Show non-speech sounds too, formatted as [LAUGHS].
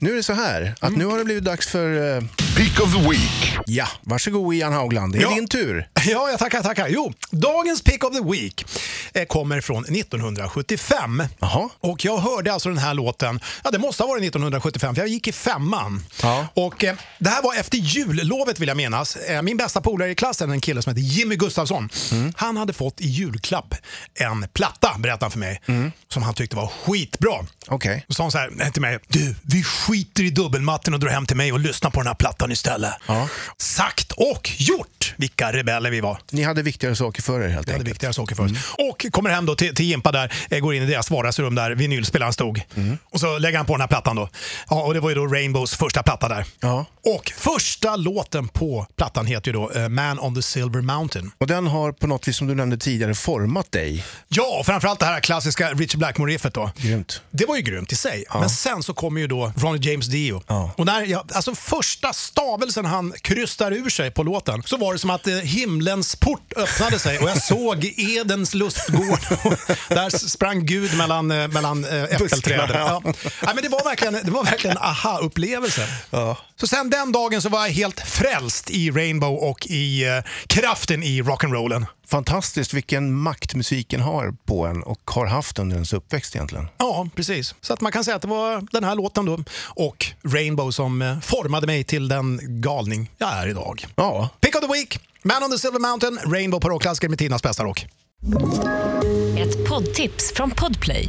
Nu är det så här, att nu har det blivit dags för... eh, Peak of the Week. ja, varsågod Ian Haugland. Det är Ja. din tur. [LAUGHS] Ja, jag tackar, tackar. Jo, dagens Pick of the Week eh, kommer från 1975. Jaha. Och jag hörde alltså den här låten, ja det måste ha varit 1975 för jag gick i femman. Ja. Och eh, det här var efter jullovet vill jag menas. Eh, min bästa polare i klassen, en kille som heter Jimmy Gustafsson, Mm. han hade fått i julklapp en platta, berättade han för mig, Mm. som han tyckte var skitbra. Okej. Då sa han så här till mig, du, vi skiter i dubbelmatten och drar hem till mig och lyssnar på den här plattan istället. Ja. Sagt och gjort! Vilka rebeller vi var. Ni hade viktigare saker för er helt Det hade enkelt. viktigare saker för oss. Mm. Och kommer hem då till, till Jimpa där, eh, går in i deras vardagsrum där vinylspelaren stod. Mm. Och så lägger han på den här plattan då. Ja, och det var ju då Rainbows första platta där. Ja. Och första låten på plattan heter ju då eh, Man on the Silver Mountain. Och den har på något vis, som du nämnde tidigare, format dig. Ja, och framförallt det här klassiska Richie Blackmore-riffet då. Grymt. Det var ju grymt i sig. Men sen så kommer ju då Ronnie James Dio. Och när jag, alltså första stavelsen han krystar ur sig på låten så var det som att eh, himlens port öppnade sig och jag såg Edens lustgård. [LAUGHS] Och Där sprang Gud mellan, eh, mellan eh, äppelträden. Buskarna, Ja. Nej, men det var verkligen, det var verkligen en aha-upplevelse. Så sen den dagen så var jag helt frälst i Rainbow och i eh, kraften i rock'n'rollen. Fantastiskt vilken makt musiken har på en och har haft under ens uppväxt egentligen. Ja, precis. Så att man kan säga att det var den här låten då och Rainbow som eh, formade mig till den galning jag är idag. Ja, Pick of the Week, Man on the Silver Mountain, Rainbow på rockklassiker med Tinas bästa rock. Ett poddtips från Podplay.